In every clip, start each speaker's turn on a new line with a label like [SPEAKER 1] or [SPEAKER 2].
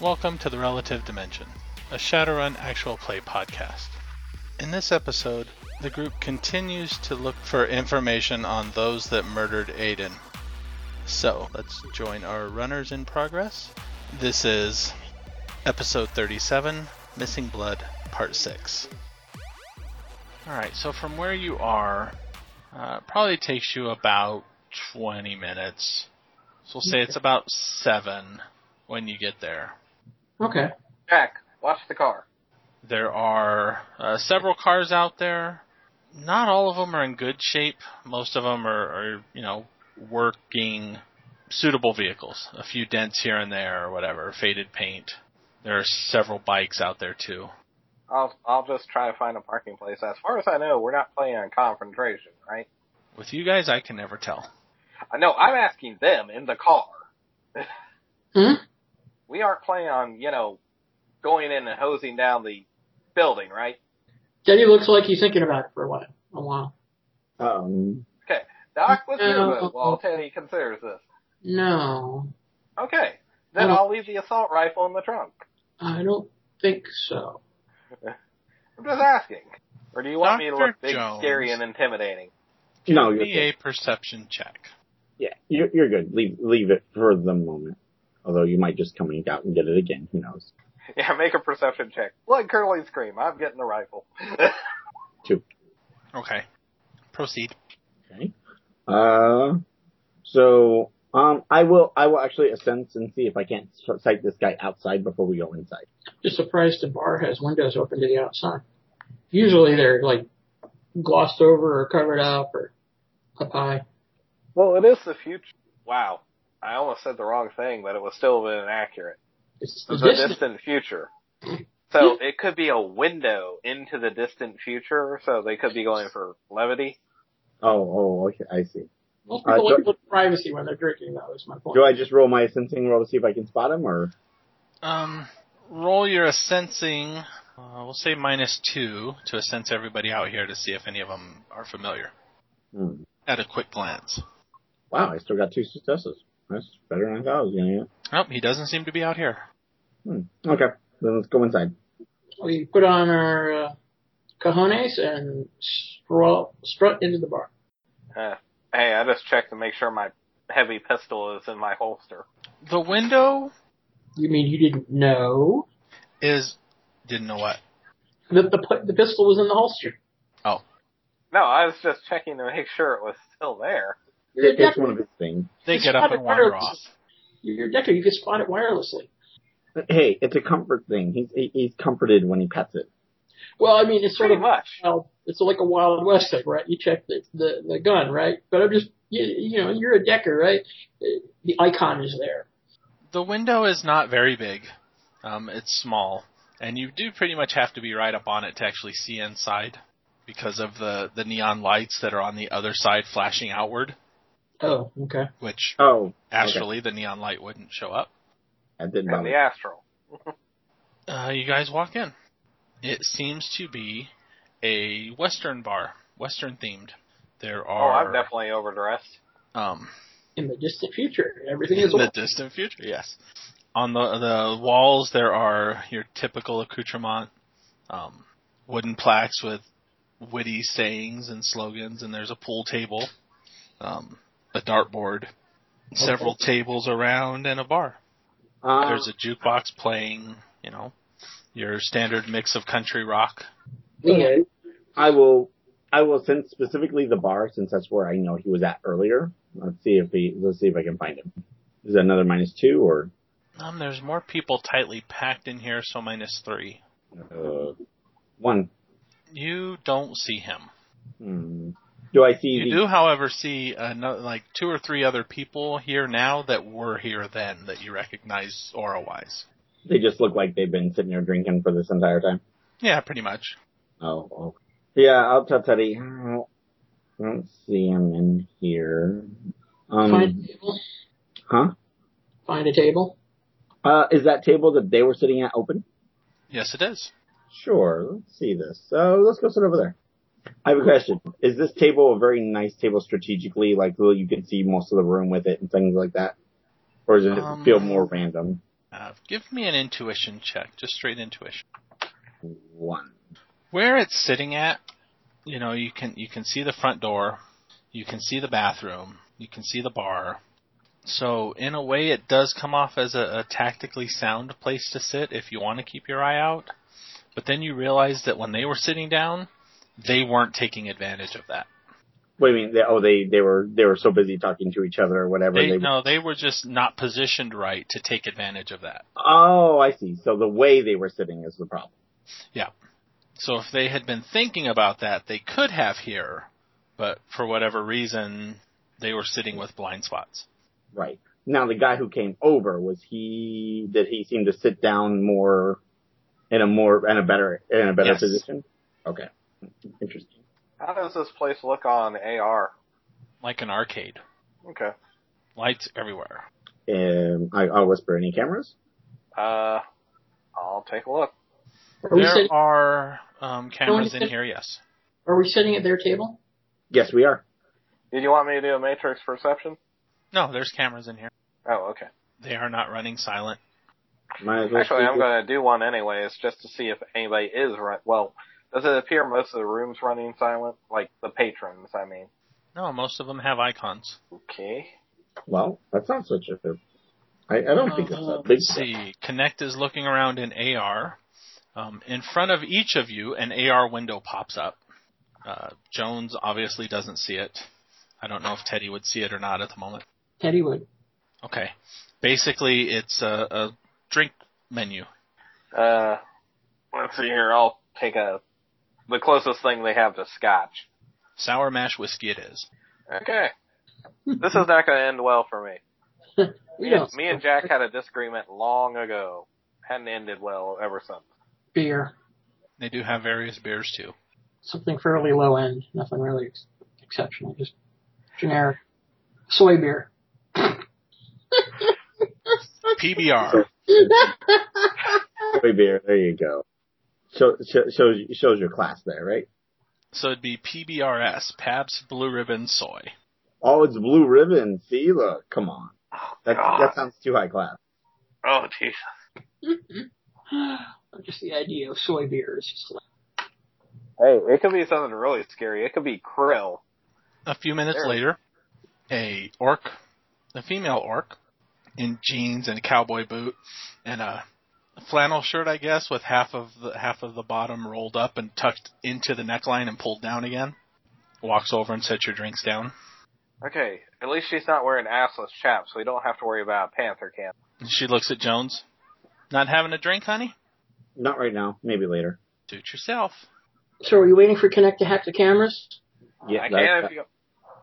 [SPEAKER 1] Welcome to the Relative Dimension, a Shadowrun actual play podcast. In this episode, the group continues to look for information on those that murdered Aiden. So, let's join our runners in progress. This is episode 37 Missing Blood, part 6. Alright, so from where you are, uh, probably takes you about 20 minutes. So we'll say it's about 7 when you get there.
[SPEAKER 2] Okay.
[SPEAKER 3] Jack, watch the car.
[SPEAKER 1] There are uh, several cars out there. Not all of them are in good shape. Most of them are, are, you know, working suitable vehicles. A few dents here and there or whatever, faded paint. There are several bikes out there too.
[SPEAKER 3] I'll I'll just try to find a parking place. As far as I know, we're not playing on confrontation, right?
[SPEAKER 1] With you guys, I can never tell.
[SPEAKER 3] I know I'm asking them in the car.
[SPEAKER 2] Hmm?
[SPEAKER 3] We aren't playing on, you know, going in and hosing down the building, right?
[SPEAKER 2] Debbie looks like he's thinking about it for a while. A while.
[SPEAKER 4] Um,
[SPEAKER 3] Doc, what's your
[SPEAKER 2] No.
[SPEAKER 3] move while Teddy considers this?
[SPEAKER 2] No,
[SPEAKER 3] Okay. Then
[SPEAKER 2] No.
[SPEAKER 3] I'll leave the assault rifle in the trunk.
[SPEAKER 2] I don't think so.
[SPEAKER 3] I'm just asking. Or do you want me to look
[SPEAKER 1] Dr.
[SPEAKER 3] big,
[SPEAKER 1] Jones.
[SPEAKER 3] scary, and intimidating?
[SPEAKER 4] no,
[SPEAKER 1] Give
[SPEAKER 4] you're
[SPEAKER 1] me
[SPEAKER 4] good.
[SPEAKER 1] a perception check.
[SPEAKER 4] yeah, you're, you're good. Leave leave it for the moment. Although you might just come and out and get it again. Who knows?
[SPEAKER 3] Yeah, make a perception check. Blood curdling scream. I'm getting the rifle.
[SPEAKER 1] Okay. Proceed.
[SPEAKER 4] Okay. Uh, so um, I will I will actually ascend and see if I can't s- sight this guy outside before we go inside.
[SPEAKER 2] Just surprised the bar has windows open to the outside. Usually they're like glossed over or covered up or up high.
[SPEAKER 3] well, it is the future. Wow. I almost said the wrong thing, but it was still inaccurate.
[SPEAKER 2] It's
[SPEAKER 3] It
[SPEAKER 2] the
[SPEAKER 3] was a
[SPEAKER 2] distant.
[SPEAKER 3] distant future. So it could be a window into the distant future, so they could be going for levity.
[SPEAKER 4] Oh, oh, okay, I see.
[SPEAKER 2] Most
[SPEAKER 4] uh,
[SPEAKER 2] people like
[SPEAKER 4] do-
[SPEAKER 2] to privacy when they're drinking, though. Is my point.
[SPEAKER 4] Do I just roll my sensing roll to see if I can spot him, or
[SPEAKER 1] Um, roll your sensing. Uh, we'll say minus two to sense everybody out here to see if any of them are familiar
[SPEAKER 4] hmm.
[SPEAKER 1] at a quick glance.
[SPEAKER 4] wow, I still got two successes. That's better than I thought I was gonna
[SPEAKER 1] Nope, he doesn't seem to be out here.
[SPEAKER 4] get. Okay, then let's go inside.
[SPEAKER 2] We put on our uh, cojones and stroll, strut into the bar.
[SPEAKER 3] Hey, I just checked to make sure my heavy pistol is in my holster.
[SPEAKER 1] The window
[SPEAKER 2] You mean you didn't know
[SPEAKER 1] is didn't know what.
[SPEAKER 2] that the pu- the pistol was in the holster?
[SPEAKER 3] No, I was just checking to make sure it was still there.
[SPEAKER 2] You're
[SPEAKER 4] It's
[SPEAKER 2] definitely
[SPEAKER 4] one of his things.
[SPEAKER 1] They
[SPEAKER 2] It's
[SPEAKER 1] get up
[SPEAKER 2] not
[SPEAKER 1] and
[SPEAKER 2] a
[SPEAKER 1] wander
[SPEAKER 2] wireless-
[SPEAKER 1] off.
[SPEAKER 2] You're Decker. You can spot it wirelessly.
[SPEAKER 4] Hey, it's a comfort thing. He's he, he's comforted when he pets it.
[SPEAKER 2] Well, I mean, it's sort
[SPEAKER 3] Pretty
[SPEAKER 2] of
[SPEAKER 3] much.
[SPEAKER 2] wild, it's like a Wild West thing, right? You check the the, the gun, right? But I'm just you, you know, you're a Decker, right? Uh, The icon is there.
[SPEAKER 1] The window is not very big. Um, it's small, and you do pretty much have to be right up on it to actually see inside because of the the neon lights that are on the other side flashing outward,
[SPEAKER 2] Oh, okay.
[SPEAKER 1] which
[SPEAKER 4] Oh,
[SPEAKER 1] actually the neon light wouldn't show up.
[SPEAKER 4] I did
[SPEAKER 3] And
[SPEAKER 4] not.
[SPEAKER 3] the astral.
[SPEAKER 1] Uh, you guys walk in. It seems to be a Western bar, Western themed. There
[SPEAKER 3] Oh,
[SPEAKER 1] are
[SPEAKER 3] I'm definitely overdressed.
[SPEAKER 1] um,
[SPEAKER 2] In the distant future, everything
[SPEAKER 1] in
[SPEAKER 2] is
[SPEAKER 1] the distant future. Yes, on the the walls there are your typical accoutrement, um, wooden plaques with witty sayings and slogans, and there's a pool table, um, a dartboard, several tables around, and a bar.
[SPEAKER 4] Uh,
[SPEAKER 1] There's a jukebox playing, you know, your standard mix of country rock.
[SPEAKER 2] Yeah.
[SPEAKER 4] I will I will send specifically the bar since that's where I know he was at earlier. Let's see if he let's see if I can find him. Is that another minus two or
[SPEAKER 1] Um, there's more people tightly packed in here, so minus three.
[SPEAKER 4] uh, one?
[SPEAKER 1] You don't see him.
[SPEAKER 4] Hmm. Do I see
[SPEAKER 1] You
[SPEAKER 4] the
[SPEAKER 1] do, however, see ano- like two or three other people here now that were here then that you recognize aura-wise.
[SPEAKER 4] they just look like they've been sitting there drinking for this entire time?
[SPEAKER 1] Yeah, pretty much.
[SPEAKER 4] Oh, oh. Yeah, I'll tell Teddy. I don't see him in here. Um
[SPEAKER 2] Find a table.
[SPEAKER 4] huh?
[SPEAKER 2] Find a table.
[SPEAKER 4] Uh is that table that they were sitting at open?
[SPEAKER 1] Yes, it is.
[SPEAKER 4] Sure, let's see this. So let's Uh, go sit over there. I have a question. Is this table a very nice table strategically? Like, well, you can see most of the room with it and things like that, or does it
[SPEAKER 1] Um,
[SPEAKER 4] feel more random?
[SPEAKER 1] Uh, give me an intuition check, just straight intuition.
[SPEAKER 4] One.
[SPEAKER 1] Where it's sitting at, you know, you can you can see the front door, you can see the bathroom, you can see the bar. So in a way, it does come off as a, a tactically sound place to sit if you want to keep your eye out. But then you realize that when they were sitting down, they weren't taking advantage of that.
[SPEAKER 4] What do you mean? They, oh, they they were they were so busy talking to each other or whatever.
[SPEAKER 1] They, no, they were just not positioned right to take advantage of that.
[SPEAKER 4] Oh, I see. So the way they were sitting is the problem.
[SPEAKER 1] So if they had been thinking about that, they could have here, but for whatever reason, they were sitting with blind spots.
[SPEAKER 4] Right. Now the guy who came over was he did he seem to sit down more in a more in a better in a better
[SPEAKER 1] Yes.
[SPEAKER 4] position? Okay. Interesting.
[SPEAKER 3] How does this place look on AR?
[SPEAKER 1] Like an arcade.
[SPEAKER 3] Okay.
[SPEAKER 1] Lights everywhere.
[SPEAKER 4] Um I I'll whisper any cameras?
[SPEAKER 3] Uh, I'll take a look.
[SPEAKER 2] Are we,
[SPEAKER 1] There
[SPEAKER 2] sitting,
[SPEAKER 1] are um, cameras in
[SPEAKER 2] sit-
[SPEAKER 1] here, yes.
[SPEAKER 2] are we sitting at their table?
[SPEAKER 4] Yes, we are.
[SPEAKER 3] Did you want me to do a matrix perception?
[SPEAKER 1] No, there's cameras in here.
[SPEAKER 3] Oh, okay.
[SPEAKER 1] They are not running silent.
[SPEAKER 4] Might as well
[SPEAKER 3] Actually,
[SPEAKER 4] speak
[SPEAKER 3] I'm
[SPEAKER 4] with-
[SPEAKER 3] going to do one anyways, just to see if anybody is run. Well, does it appear most of the room's running silent? Like the patrons, I mean.
[SPEAKER 1] No, most of them have icons.
[SPEAKER 3] Okay.
[SPEAKER 4] Well, that's not such a I, I don't think that's
[SPEAKER 1] Uh,
[SPEAKER 4] a big
[SPEAKER 1] Let's see. Connect is looking around in AR. Um, in front of each of you, an AR window pops up. Uh, Jones obviously doesn't see it. I don't know if Teddy would see it or not at the moment.
[SPEAKER 2] Teddy would.
[SPEAKER 1] Okay. Basically, it's a, a drink menu.
[SPEAKER 3] Uh, let's see here. I'll take a the closest thing they have to scotch.
[SPEAKER 1] Sour mash whiskey it is.
[SPEAKER 3] Okay. This is not going to end well for me.
[SPEAKER 2] We
[SPEAKER 3] Me,
[SPEAKER 2] don't
[SPEAKER 3] me and Jack had a disagreement long ago. Hadn't ended well ever since.
[SPEAKER 2] beer.
[SPEAKER 1] They do have various beers too.
[SPEAKER 2] Something fairly low end. Nothing really ex- exceptional. Just generic soy beer.
[SPEAKER 1] PBR.
[SPEAKER 4] Soy beer. There you go. Show, show, shows shows your class there, right?
[SPEAKER 1] So it'd be PBRS, Pabst Blue Ribbon Soy.
[SPEAKER 4] Oh, it's blue ribbon. See, look, come on.
[SPEAKER 3] Oh,
[SPEAKER 4] That that sounds too high class.
[SPEAKER 3] Oh, jeez.
[SPEAKER 2] just the idea of soy beer is just like,
[SPEAKER 3] Hey, it could be something really scary. It could be krill.
[SPEAKER 1] A few minutes
[SPEAKER 3] There.
[SPEAKER 1] later, a orc, a female orc, in jeans and a cowboy boot and a flannel shirt, I guess, with half of the half of the bottom rolled up and tucked into the neckline and pulled down again, walks over and sets your drinks down.
[SPEAKER 3] Okay, at least she's not wearing assless chaps, so we don't have to worry about panther camp.
[SPEAKER 1] She looks at Jones. Not having a drink, honey?
[SPEAKER 4] Not right now. Maybe later.
[SPEAKER 1] Suit yourself.
[SPEAKER 2] so are you waiting for Connect to hack the cameras?
[SPEAKER 4] Yeah,
[SPEAKER 3] I
[SPEAKER 4] that-
[SPEAKER 3] can
[SPEAKER 4] that-
[SPEAKER 3] if you.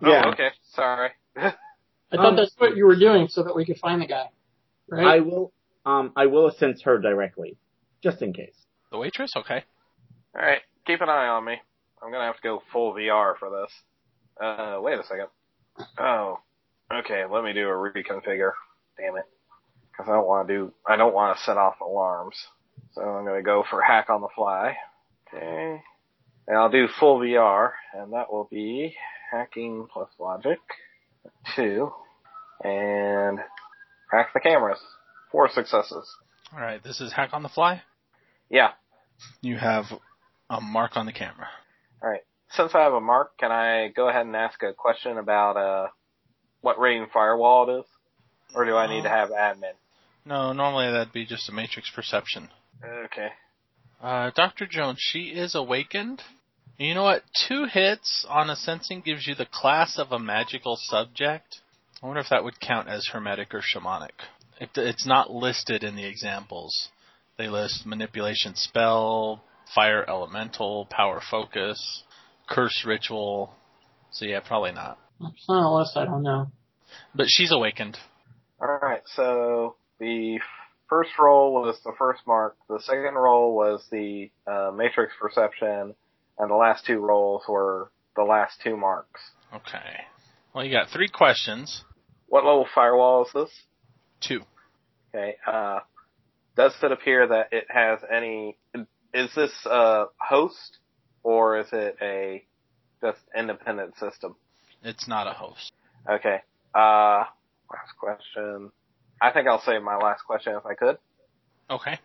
[SPEAKER 4] yeah.
[SPEAKER 3] Oh, okay. Sorry.
[SPEAKER 2] I thought
[SPEAKER 4] Um,
[SPEAKER 2] that's what you were doing so that we could find the guy. Right?
[SPEAKER 4] I will. Um, I will sense her directly, just in case.
[SPEAKER 1] The waitress? Okay.
[SPEAKER 3] All right, keep an eye on me. I'm gonna have to go full VR for this. Uh, wait a second. Oh, okay. Let me do a reconfigure. Damn it, because I don't want to do. I don't want to set off alarms. So I'm gonna go for hack on the fly. Okay, and I'll do full VR, and that will be hacking plus logic two, and hack the cameras. Four successes.
[SPEAKER 1] All right. This is Hack on the Fly.
[SPEAKER 3] Yeah.
[SPEAKER 1] You have a mark on the camera.
[SPEAKER 3] since I have a mark, can I go ahead and ask a question about uh what rating firewall it is? Or do I need to have admin?
[SPEAKER 1] No, normally that'd be just a matrix perception.
[SPEAKER 3] Okay.
[SPEAKER 1] Uh, Dr. Jones, she is awakened. And You know what? Two hits on a sensing gives you the class of a magical subject. I wonder if that would count as hermetic or shamanic. It, it's not listed in the examples. They list manipulation spell, fire elemental, power focus, curse ritual. So yeah, probably not.
[SPEAKER 2] It's not unless I don't know.
[SPEAKER 1] But she's awakened.
[SPEAKER 3] Alright, so the first roll was the first mark, the second roll was the uh, matrix perception, and the last two rolls were the last two marks.
[SPEAKER 1] Okay. Well, you got three questions.
[SPEAKER 3] What level firewall is this?
[SPEAKER 1] Two.
[SPEAKER 3] Okay. Uh, does it appear that it has any? Is this a host or is it a Just independent system.
[SPEAKER 1] It's not a host.
[SPEAKER 3] Okay. Uh, last question. I think I'll save my last question if I could.
[SPEAKER 1] Okay.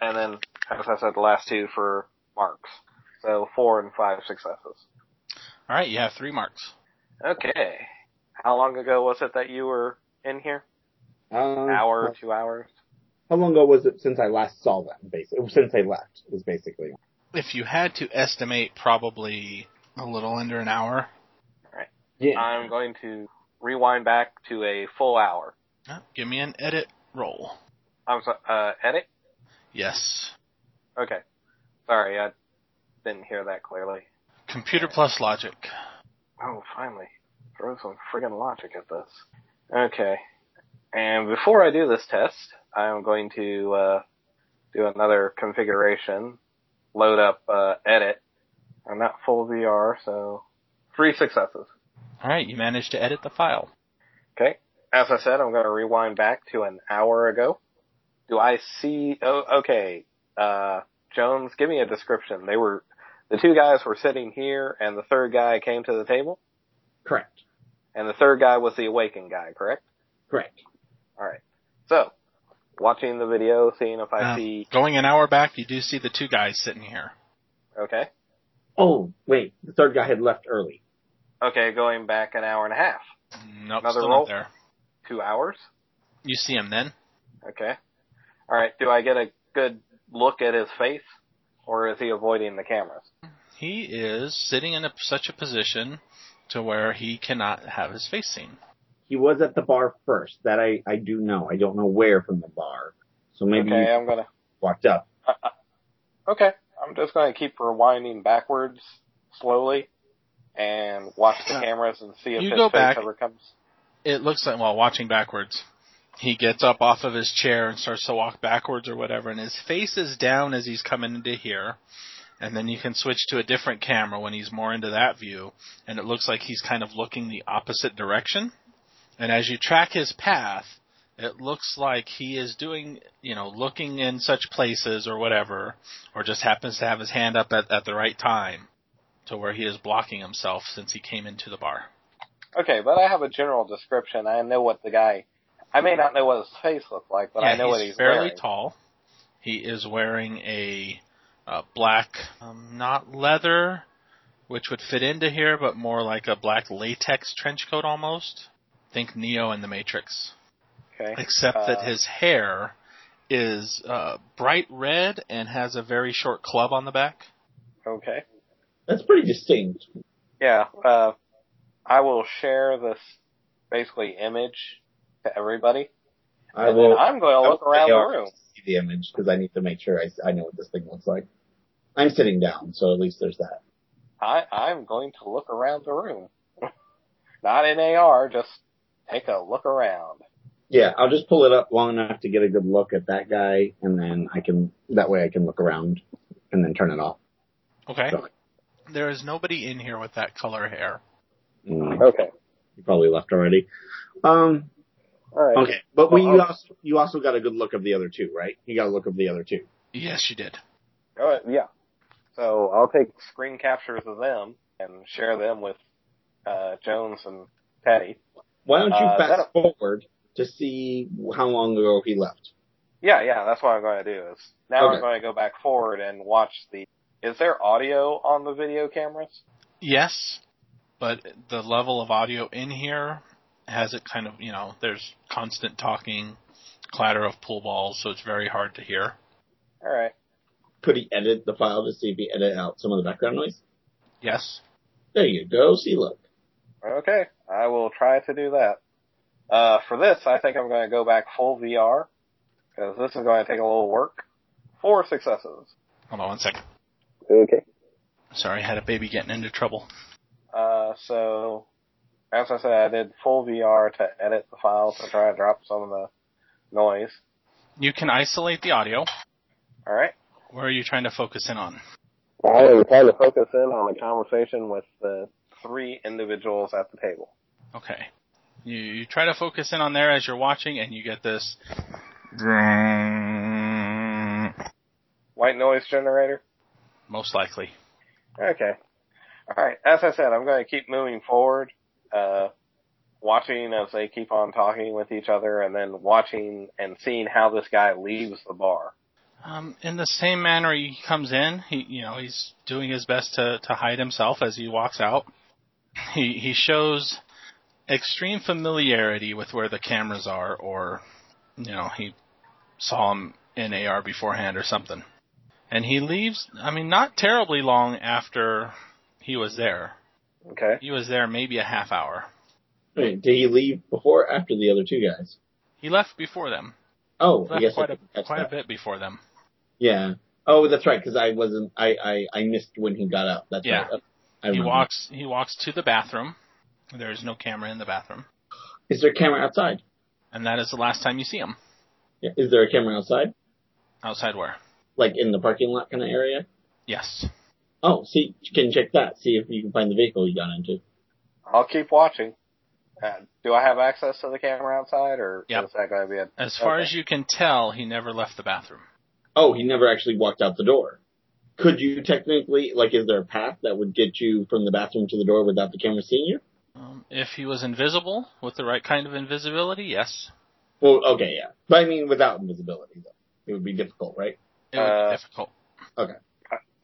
[SPEAKER 3] And then, as I said, the last two for marks. So four and five successes.
[SPEAKER 1] All right, you have three marks.
[SPEAKER 3] Okay. How long ago was it that you were in here?
[SPEAKER 4] Um,
[SPEAKER 3] Hour, two hours?
[SPEAKER 4] How long ago was it since I last saw them? Basically, since they left is basically.
[SPEAKER 1] If you had to estimate, probably a little under an hour.
[SPEAKER 4] Yeah.
[SPEAKER 3] I'm going to rewind back to a full hour.
[SPEAKER 1] Uh, Give me an edit roll.
[SPEAKER 3] I'm so, uh, edit?
[SPEAKER 1] Yes.
[SPEAKER 3] Okay. Sorry, I didn't hear that clearly.
[SPEAKER 1] Computer plus logic.
[SPEAKER 3] Oh, finally. Throw some friggin' logic at this. Okay. And before I do this test, I'm going to uh, do another configuration, load up uh, edit. I'm not full VR, so three successes.
[SPEAKER 1] All right, you managed to edit the file.
[SPEAKER 3] Okay. As I said, I'm going to rewind back to an hour ago. Do I see? Oh, okay. Uh, Jones, give me a description. They were the two guys were sitting here, and the third guy came to the table,
[SPEAKER 4] Correct.
[SPEAKER 3] and the third guy was the awakened guy, correct?
[SPEAKER 4] Correct.
[SPEAKER 3] All right. So, watching the video, seeing if I
[SPEAKER 1] Um,
[SPEAKER 3] see.
[SPEAKER 1] Going an hour back, you do see the two guys sitting here.
[SPEAKER 3] Okay.
[SPEAKER 4] Oh wait, the third guy had left early.
[SPEAKER 3] Okay, going back an hour and a half,
[SPEAKER 1] Nope,
[SPEAKER 3] Another
[SPEAKER 1] still
[SPEAKER 3] roll?
[SPEAKER 1] not there.
[SPEAKER 3] two hours.
[SPEAKER 1] You see him then.
[SPEAKER 3] Okay. All right. Do I get a good look at his face, or is he avoiding the cameras?
[SPEAKER 1] He is sitting in a, such a position to where he cannot have his face seen.
[SPEAKER 4] He was at the bar first. That I I do know. I don't know where from the bar. So maybe
[SPEAKER 3] okay,
[SPEAKER 4] he
[SPEAKER 3] I'm gonna.
[SPEAKER 4] walked up.
[SPEAKER 3] Okay. I'm just going to keep rewinding backwards slowly and watch the cameras and see if
[SPEAKER 1] You
[SPEAKER 3] his
[SPEAKER 1] go
[SPEAKER 3] face
[SPEAKER 1] back.
[SPEAKER 3] ever comes.
[SPEAKER 1] It looks like, while watching backwards, he gets up off of his chair and starts to walk backwards or whatever, and his face is down as he's coming into here. And then you can switch to a different camera when he's more into that view, and it looks like he's kind of looking the opposite direction. And as you track his path, it looks like he is doing, you know, looking in such places or whatever, or just happens to have his hand up at, at the right time to where he is blocking himself since he came into the bar.
[SPEAKER 3] Okay, but I have a general description. I know what the guy. I may not know what his face looks like, but
[SPEAKER 1] yeah,
[SPEAKER 3] I know
[SPEAKER 1] he's
[SPEAKER 3] what he's
[SPEAKER 1] fairly
[SPEAKER 3] wearing.
[SPEAKER 1] tall. He is wearing a uh, black, um, not leather, which would fit into here, but more like a black latex trench coat almost. Think Neo in the Matrix,
[SPEAKER 3] Okay.
[SPEAKER 1] except that
[SPEAKER 3] Uh,
[SPEAKER 1] his hair is uh, bright red and has a very short club on the back.
[SPEAKER 3] Okay.
[SPEAKER 4] That's pretty distinct.
[SPEAKER 3] Yeah. Uh, I will share this basically image to everybody.
[SPEAKER 4] I
[SPEAKER 3] and
[SPEAKER 4] will.
[SPEAKER 3] then I'm going to look
[SPEAKER 4] I will
[SPEAKER 3] around
[SPEAKER 4] AR
[SPEAKER 3] the room.
[SPEAKER 4] See the image because I need to make sure I I know what this thing looks like. I'm sitting down, so at least there's that.
[SPEAKER 3] I, I'm going to look around the room. Not in AR, just take a look around.
[SPEAKER 4] Yeah, I'll just pull it up long enough to get a good look at that guy, and then I can that way I can look around and then turn it off.
[SPEAKER 1] Okay.
[SPEAKER 4] Okay.
[SPEAKER 1] There is nobody in here with that color hair.
[SPEAKER 4] Mm,
[SPEAKER 3] Okay.
[SPEAKER 4] you probably left already. Um,
[SPEAKER 3] All right.
[SPEAKER 4] okay, but we
[SPEAKER 3] Well,
[SPEAKER 4] you
[SPEAKER 3] I'll-
[SPEAKER 4] also you also got a good look of the other two, right? You got a look of the other two.
[SPEAKER 1] Yes, you did.
[SPEAKER 3] All right, yeah. So I'll take screen captures of them and share them with uh, Jones and Patty.
[SPEAKER 4] Why don't you
[SPEAKER 3] Uh,
[SPEAKER 4] fast
[SPEAKER 3] that'll-
[SPEAKER 4] forward to see how long ago he left?
[SPEAKER 3] Yeah, yeah, that's what I'm going to do. Is now
[SPEAKER 4] Okay.
[SPEAKER 3] I'm going to go back forward and watch the. Is there audio on the video cameras?
[SPEAKER 1] Yes, but the level of audio in here has it kind of, you know, there's constant talking, clatter of pool balls, so it's very hard to hear.
[SPEAKER 3] All right.
[SPEAKER 4] Could he edit the file to see if he edit out some of the background noise?
[SPEAKER 1] Yes.
[SPEAKER 4] There you go. See, look.
[SPEAKER 3] Okay, I will try to do that. Uh, for this, I think I'm going to go back full VR because this is going to take a little work. Four successes.
[SPEAKER 1] Hold on one second.
[SPEAKER 3] Okay.
[SPEAKER 1] Sorry, I had a baby getting into trouble.
[SPEAKER 3] Uh, so, as I said, I did full VR to edit the file to try and drop some of the noise.
[SPEAKER 1] You can isolate the audio.
[SPEAKER 3] All right.
[SPEAKER 1] Where are you trying to focus in on?
[SPEAKER 3] I am trying to focus in on a conversation with the three individuals at the table.
[SPEAKER 1] Okay. You, you try to focus in on there as you're watching, and you get this.
[SPEAKER 3] White noise generator.
[SPEAKER 1] Most likely.
[SPEAKER 3] Okay. All right. As I said, I'm going to keep moving forward, uh, watching as they keep on talking with each other, and then watching and seeing how this guy leaves the bar.
[SPEAKER 1] Um, in the same manner he comes in, he you know he's doing his best to to hide himself as he walks out. He he shows extreme familiarity with where the cameras are, or you know he saw him in AR beforehand or something. And he leaves. I mean, not terribly long after he was there.
[SPEAKER 3] Okay.
[SPEAKER 1] He was there maybe a half hour.
[SPEAKER 4] Wait, did he leave before or after the other two guys?
[SPEAKER 1] He left before them.
[SPEAKER 4] Oh, I
[SPEAKER 1] Left
[SPEAKER 4] guess I
[SPEAKER 1] quite a
[SPEAKER 4] didn't catch
[SPEAKER 1] quite a
[SPEAKER 4] that.
[SPEAKER 1] bit before them.
[SPEAKER 4] Yeah. Oh, that's right. Because I wasn't. I, I I missed when he got up. That's
[SPEAKER 1] Yeah.
[SPEAKER 4] right. I
[SPEAKER 1] he
[SPEAKER 4] remember.
[SPEAKER 1] walks he walks to the bathroom. There is no camera in the bathroom,
[SPEAKER 4] Is there a camera outside?
[SPEAKER 1] and that is the last time you see him
[SPEAKER 4] Yeah. Is there a camera outside?
[SPEAKER 1] outside. Where?
[SPEAKER 4] Like in the parking lot kind of area?
[SPEAKER 1] Yes.
[SPEAKER 4] Oh, see, you can check that. See if you can find the vehicle he got into.
[SPEAKER 3] I'll keep watching. Uh, do I have access to the camera outside, or
[SPEAKER 1] Yep.
[SPEAKER 3] is that going to be a
[SPEAKER 1] As far
[SPEAKER 3] Okay.
[SPEAKER 1] as you can tell, he never left the bathroom.
[SPEAKER 4] Oh, he never actually walked out the door. Could you technically, like, is there a path that would get you from the bathroom to the door without the camera seeing you?
[SPEAKER 1] Um, if he was invisible with the right kind of invisibility, yes,
[SPEAKER 4] Well, okay, yeah. But I mean, without invisibility, though. It would be difficult, right?
[SPEAKER 1] it would
[SPEAKER 3] Uh,
[SPEAKER 1] be difficult.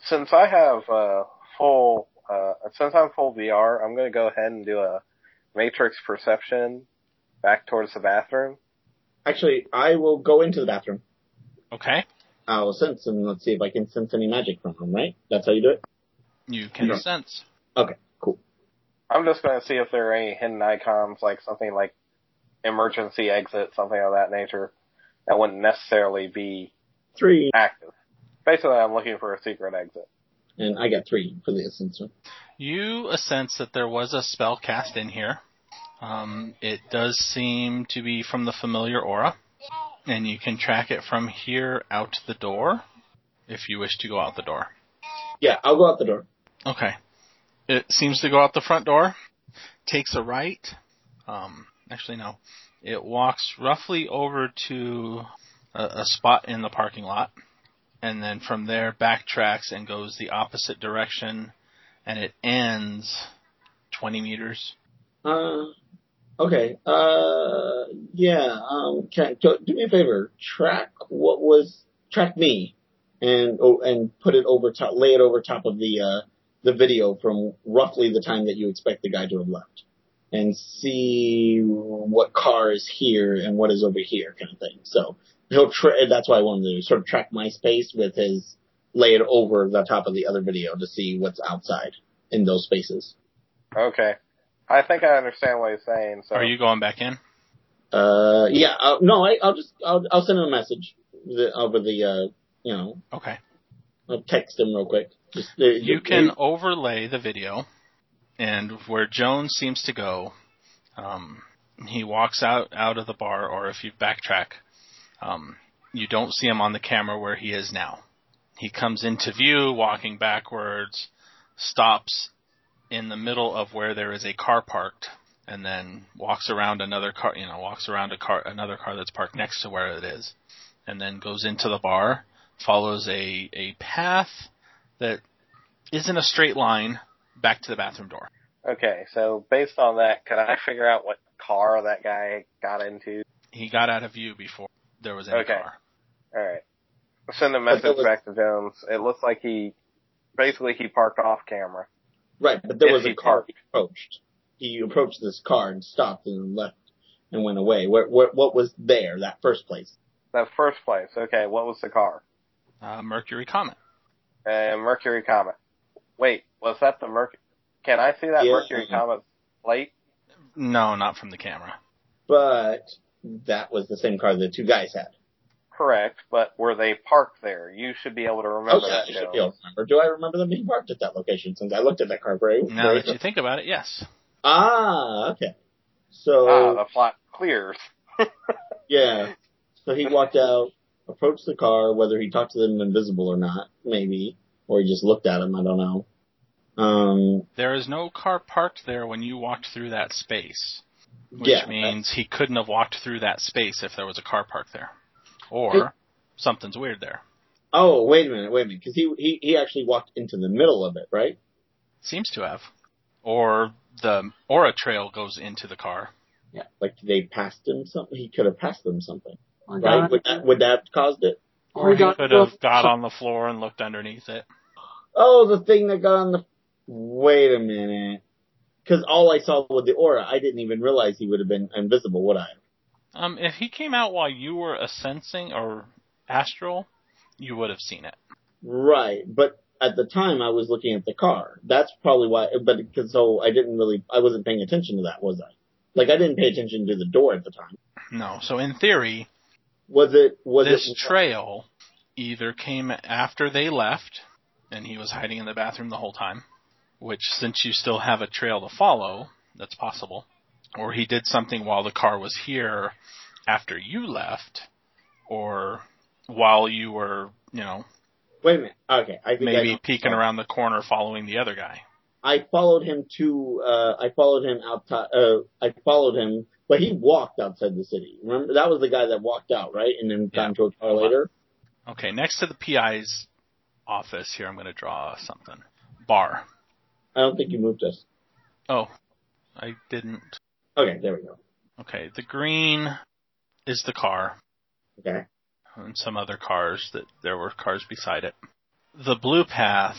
[SPEAKER 3] since I have uh, full uh, since I'm full VR, I'm gonna go ahead and do a matrix perception back towards the bathroom.
[SPEAKER 4] Actually, I will go into the bathroom.
[SPEAKER 1] Okay,
[SPEAKER 4] I'll sense and let's see if I can sense any magic from him, right? That's how you do it?
[SPEAKER 1] you can
[SPEAKER 4] Yeah.
[SPEAKER 1] sense.
[SPEAKER 4] Okay, cool.
[SPEAKER 3] I'm just gonna see if there are any hidden icons, like something like emergency exit, something of that nature, that wouldn't necessarily be
[SPEAKER 4] Three.
[SPEAKER 3] active. Basically, I'm looking for a secret exit.
[SPEAKER 4] And I got three for the essence one.
[SPEAKER 1] You a sense that there was a spell cast in here. Um, it does seem to be from the familiar aura, and you can track it from here out the door, if you wish to go out the door.
[SPEAKER 4] Yeah, I'll go out the door.
[SPEAKER 1] Okay. It seems to go out the front door, takes a right. Um, actually, no. It walks roughly over to a, a spot in the parking lot, and then from there backtracks and goes the opposite direction, and it ends 20 meters.
[SPEAKER 4] Uh, okay. Uh, yeah. Um, can do, do me a favor. Track what was track me, and oh, and put it over top, lay it over top of the uh, the video from roughly the time that you expect the guy to have left, and see what car is here and what is over here, kind of thing. So he'll. Tra- that's why I wanted to do, sort of track my space with his lay it over the top of the other video to see what's outside in those spaces.
[SPEAKER 3] Okay, I think I understand what he's saying. So
[SPEAKER 1] Are you going back in?
[SPEAKER 4] Uh, yeah. i no, I, I'll just I'll I'll send him a message the, over the uh, you know,
[SPEAKER 1] Okay.
[SPEAKER 4] I'll text him real quick. Just, uh,
[SPEAKER 1] You can overlay the video, and where Jones seems to go, um, he walks out out of the bar, or if you backtrack, um, you don't see him on the camera where he is now. He comes into view, walking backwards, stops in the middle of where there is a car parked, and then walks around another car. You know, walks around a car, another car that's parked next to where it is, and then goes into the bar. Follows a a path that isn't a straight line back to the bathroom door.
[SPEAKER 3] okay? So based on that, could I figure out what car that guy got into?
[SPEAKER 1] He got out of view before there was any
[SPEAKER 3] Okay.
[SPEAKER 1] car.
[SPEAKER 3] All right. Send a
[SPEAKER 4] But there
[SPEAKER 3] message
[SPEAKER 4] was-
[SPEAKER 3] back to Jones. It looks like he basically he parked off camera.
[SPEAKER 4] right, but there
[SPEAKER 3] if
[SPEAKER 4] was
[SPEAKER 3] he
[SPEAKER 4] a car
[SPEAKER 3] parked.
[SPEAKER 4] approached. He approached this car and stopped and left and went away. What what what was there that first place?
[SPEAKER 3] That first place. Okay, what was the car?
[SPEAKER 1] Uh, Mercury Comet.
[SPEAKER 3] Uh, Mercury Comet. Wait, was that the Mercury? Can I see that
[SPEAKER 4] Yeah.
[SPEAKER 3] Mercury Comet plate?
[SPEAKER 1] No, not from the camera.
[SPEAKER 4] But that was the same car the two guys had.
[SPEAKER 3] Correct, but were they parked there? You should be able to remember
[SPEAKER 4] oh yeah,
[SPEAKER 3] that.
[SPEAKER 4] I should
[SPEAKER 3] Jones.
[SPEAKER 4] be able to remember. Do I remember them being parked at that location? Since I looked at that car very,
[SPEAKER 1] Now
[SPEAKER 4] very
[SPEAKER 1] that you think about it, yes.
[SPEAKER 4] ah okay. So
[SPEAKER 3] Ah, the plot clears.
[SPEAKER 4] Yeah. So he walked out, approached the car, whether he talked to them invisible or not, maybe, or he just looked at them. I don't know. Um,
[SPEAKER 1] There is no car parked there when you walked through that space, which
[SPEAKER 4] yeah,
[SPEAKER 1] means he couldn't have walked through that space if there was a car parked there, or something's weird there.
[SPEAKER 4] Oh, wait a minute, wait a minute, because he he he actually walked into the middle of it, right?
[SPEAKER 1] Seems to have. Or the aura trail goes into the car.
[SPEAKER 4] Like they passed him something. He could have passed them something,
[SPEAKER 2] Or got,
[SPEAKER 4] right? Would that would that have caused it?
[SPEAKER 2] Oh or
[SPEAKER 1] he
[SPEAKER 2] got,
[SPEAKER 1] could have got on the floor and looked underneath it.
[SPEAKER 4] Oh, the thing that got on the. Wait a minute. Because all I saw was the aura. I didn't even realize he would have been invisible, would I?
[SPEAKER 1] Um, if he came out while you were ascensing or astral, you would have seen it.
[SPEAKER 4] Right. But at the time, I was looking at the car. That's probably why. But because so I didn't really, I wasn't paying attention to that, was I? Like I didn't pay attention to the door at the time.
[SPEAKER 1] No. So in theory,
[SPEAKER 4] Was it? Was
[SPEAKER 1] this
[SPEAKER 4] it?
[SPEAKER 1] trail either came after they left and he was hiding in the bathroom the whole time, which since you still have a trail to follow, that's possible, or he did something while the car was here after you left or while you were, you know,
[SPEAKER 4] wait a minute. Okay, I think I,
[SPEAKER 1] maybe
[SPEAKER 4] know.
[SPEAKER 1] peeking around the corner following the other guy.
[SPEAKER 4] I followed him to. Uh, I followed him out. To, uh, I followed him, but he walked outside the city. Remember, that was the guy that walked out, right? And then got
[SPEAKER 1] Yeah.
[SPEAKER 4] into a car later.
[SPEAKER 1] Okay, next to the PI's office here I'm going to draw something. Bar.
[SPEAKER 4] I don't think you moved us.
[SPEAKER 1] Oh, I didn't.
[SPEAKER 4] Okay, there we go.
[SPEAKER 1] Okay, the green is the car.
[SPEAKER 4] Okay.
[SPEAKER 1] and some other cars that there were cars beside it. The blue path,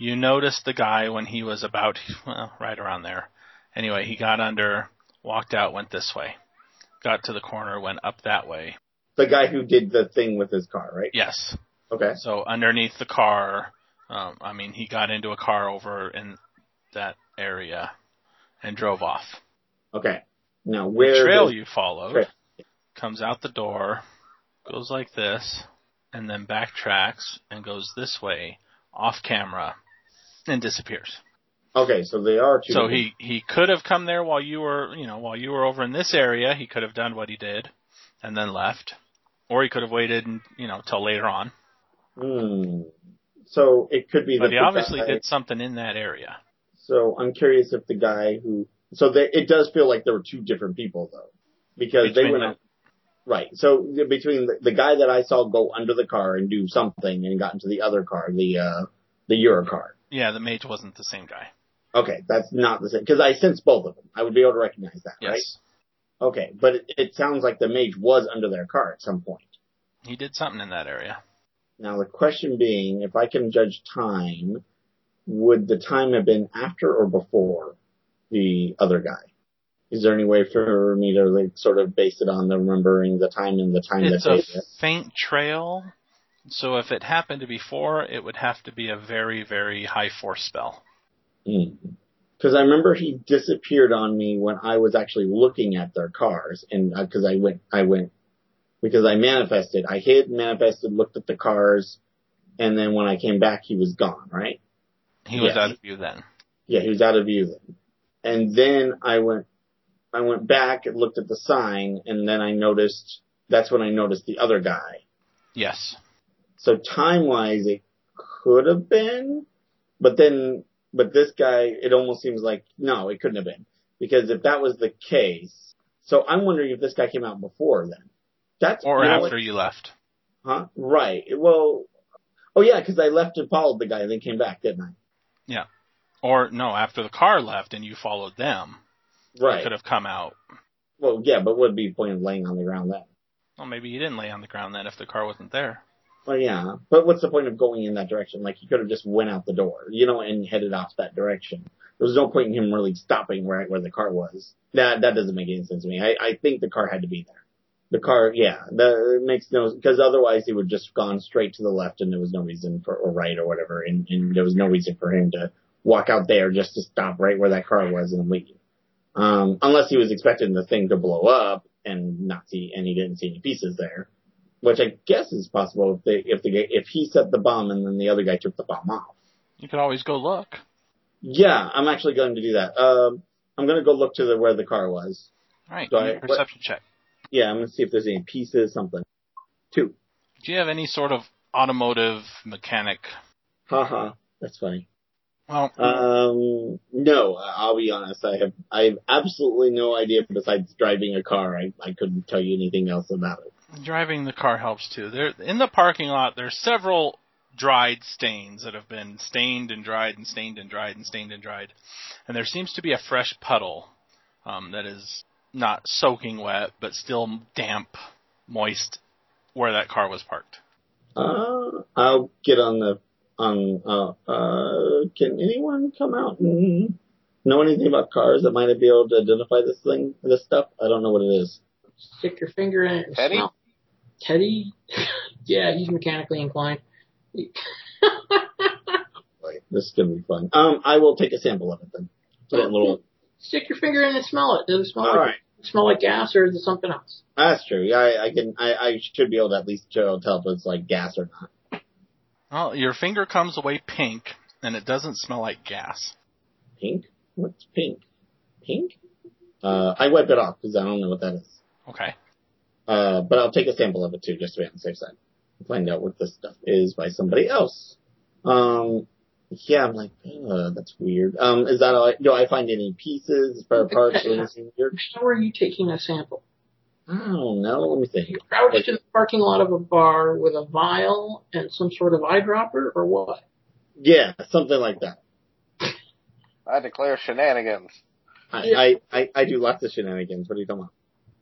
[SPEAKER 1] you noticed the guy when he was about well, right around there. Anyway, he got under, walked out, went this way, got to the corner, went up that way.
[SPEAKER 4] The guy who did the thing with his car, right?
[SPEAKER 1] Yes.
[SPEAKER 4] Okay.
[SPEAKER 1] So underneath the car, um, I mean, he got into a car over in that area and drove off.
[SPEAKER 4] Okay. Now
[SPEAKER 1] The
[SPEAKER 4] where
[SPEAKER 1] trail
[SPEAKER 4] does-
[SPEAKER 1] you followed
[SPEAKER 4] Trail.
[SPEAKER 1] comes out the door, goes like this, and then backtracks and goes this way off camera and disappears.
[SPEAKER 4] Okay, so they are two.
[SPEAKER 1] So
[SPEAKER 4] different-
[SPEAKER 1] he he could have come there while you were, you know, while you were over in this area, he could have done what he did and then left. Or he could have waited, and, you know, till later on.
[SPEAKER 4] Hmm. So it could be that
[SPEAKER 1] But he
[SPEAKER 4] the
[SPEAKER 1] obviously
[SPEAKER 4] guy-
[SPEAKER 1] did something in that area.
[SPEAKER 4] So I'm curious if the guy who. So they, it does feel like there were two different people though, because they
[SPEAKER 1] Between
[SPEAKER 4] went
[SPEAKER 1] the-
[SPEAKER 4] out. Right. So the- between the, the guy that I saw go under the car and do something and got into the other car, the uh, the Euro car.
[SPEAKER 1] Yeah, the mage wasn't the same guy.
[SPEAKER 4] Okay, that's not the same because I sense both of them. I would be able to recognize that,
[SPEAKER 1] Yes.
[SPEAKER 4] right? Okay, but it, it sounds like the mage was under their car at some point.
[SPEAKER 1] He did something in that area.
[SPEAKER 4] Now the question being, if I can judge time, would the time have been after or before the other guy? Is there any way for me to like sort of base it on the remembering the time and the time
[SPEAKER 1] It's
[SPEAKER 4] that
[SPEAKER 1] a
[SPEAKER 4] they did?
[SPEAKER 1] faint trail, so if it happened before, it would have to be a very, very high force spell.
[SPEAKER 4] Because Hmm. I remember he disappeared on me when I was actually looking at their cars, and because I went, I went, because I manifested, I hid, manifested, looked at the cars, and then when I came back, he was gone, right?
[SPEAKER 1] He was
[SPEAKER 4] Yeah.
[SPEAKER 1] out of view then.
[SPEAKER 4] Yeah, he was out of view then. And then I went, I went back and looked at the sign, and then I noticed. That's when I noticed the other guy.
[SPEAKER 1] Yes.
[SPEAKER 4] So time wise, it could have been, but then, but this guy, it almost seems like no, it couldn't have been because if that was the case, so I'm wondering if this guy came out before then. That's
[SPEAKER 1] Or
[SPEAKER 4] you know what?
[SPEAKER 1] after you left.
[SPEAKER 4] huh? Right. Well, oh yeah, because I left and followed the guy, and then came back, didn't
[SPEAKER 1] Or no, after the car left and you followed them.
[SPEAKER 4] I?
[SPEAKER 1] He
[SPEAKER 4] Right.
[SPEAKER 1] could have come out.
[SPEAKER 4] Well, yeah, but what would be the point of laying on the ground then?
[SPEAKER 1] Well, maybe he didn't lay on the ground then if the car wasn't there.
[SPEAKER 4] Well, yeah, but what's the point of going in that direction? Like he could have just went out the door, you know, and headed off that direction. There was no point in him really stopping right where the car was. That that doesn't make any sense to me. I, I think the car had to be there. The car, yeah, the, it makes no because otherwise he would just gone straight to the left, and there was no reason for or right or whatever, and, and there was no reason for him to walk out there just to stop right where that car was and leave. Um, unless he was expecting the thing to blow up and not see, and he didn't see any pieces there which I guess is possible if they if the guy- if he set the bomb and then the other guy took the bomb off.
[SPEAKER 1] You could always go look.
[SPEAKER 4] Yeah, I'm actually going to do that. Um, I'm going to go look to the where the car was.
[SPEAKER 1] All right,
[SPEAKER 4] So
[SPEAKER 1] give me
[SPEAKER 4] I-
[SPEAKER 1] a perception check.
[SPEAKER 4] Yeah, I'm going to see if there's any pieces, something. Two.
[SPEAKER 1] Do you have any sort of automotive mechanic?
[SPEAKER 4] Haha, that's funny.
[SPEAKER 1] Well,
[SPEAKER 4] Um, no, I- I'll be honest. I have I have absolutely no idea besides driving a car. I I couldn't tell you anything else about it.
[SPEAKER 1] driving the car helps too. There in the parking lot there's several dried stains that have been stained and dried and stained and dried and stained and dried. And there seems to be a fresh puddle um, that is not soaking wet, but still damp, moist, where that car was parked.
[SPEAKER 4] Uh, I'll get on the on. Uh, uh, can anyone come out and know anything about cars that might be able to identify this thing, this stuff? I don't know what it is.
[SPEAKER 2] Stick your finger in it. and
[SPEAKER 3] Teddy?
[SPEAKER 2] smell. Teddy? yeah, he's mechanically inclined.
[SPEAKER 4] Like, this is gonna be fun. Um, I will take a sample of it then. Put it in a little.
[SPEAKER 2] Stick your finger in and smell it. Does it smell
[SPEAKER 4] All
[SPEAKER 2] like
[SPEAKER 4] right,
[SPEAKER 2] smell like gas or is it something else?
[SPEAKER 4] that's true. Yeah, I, I can. I, I should be able to at least tell tell if it's like gas or not.
[SPEAKER 1] Well, your finger comes away pink, and it doesn't smell like gas.
[SPEAKER 4] Pink? What's pink? Pink? Uh, I wipe it off because I don't know what that is.
[SPEAKER 1] Okay.
[SPEAKER 4] Uh, but I'll take a sample of it too, just to be on the safe side. Find out what this stuff is by somebody else. Um, yeah, I'm like, uh, that's weird. Um, is that all? I, do I find any pieces, spare parts, or anything weird?
[SPEAKER 2] How are you taking a sample?
[SPEAKER 4] I don't know. Let me think.
[SPEAKER 2] You crouched in the parking lot of a bar with a vial and some sort of eyedropper or what?
[SPEAKER 4] Yeah, something like that.
[SPEAKER 3] I declare shenanigans.
[SPEAKER 4] I, I, I, I do lots of shenanigans. What are you talking about?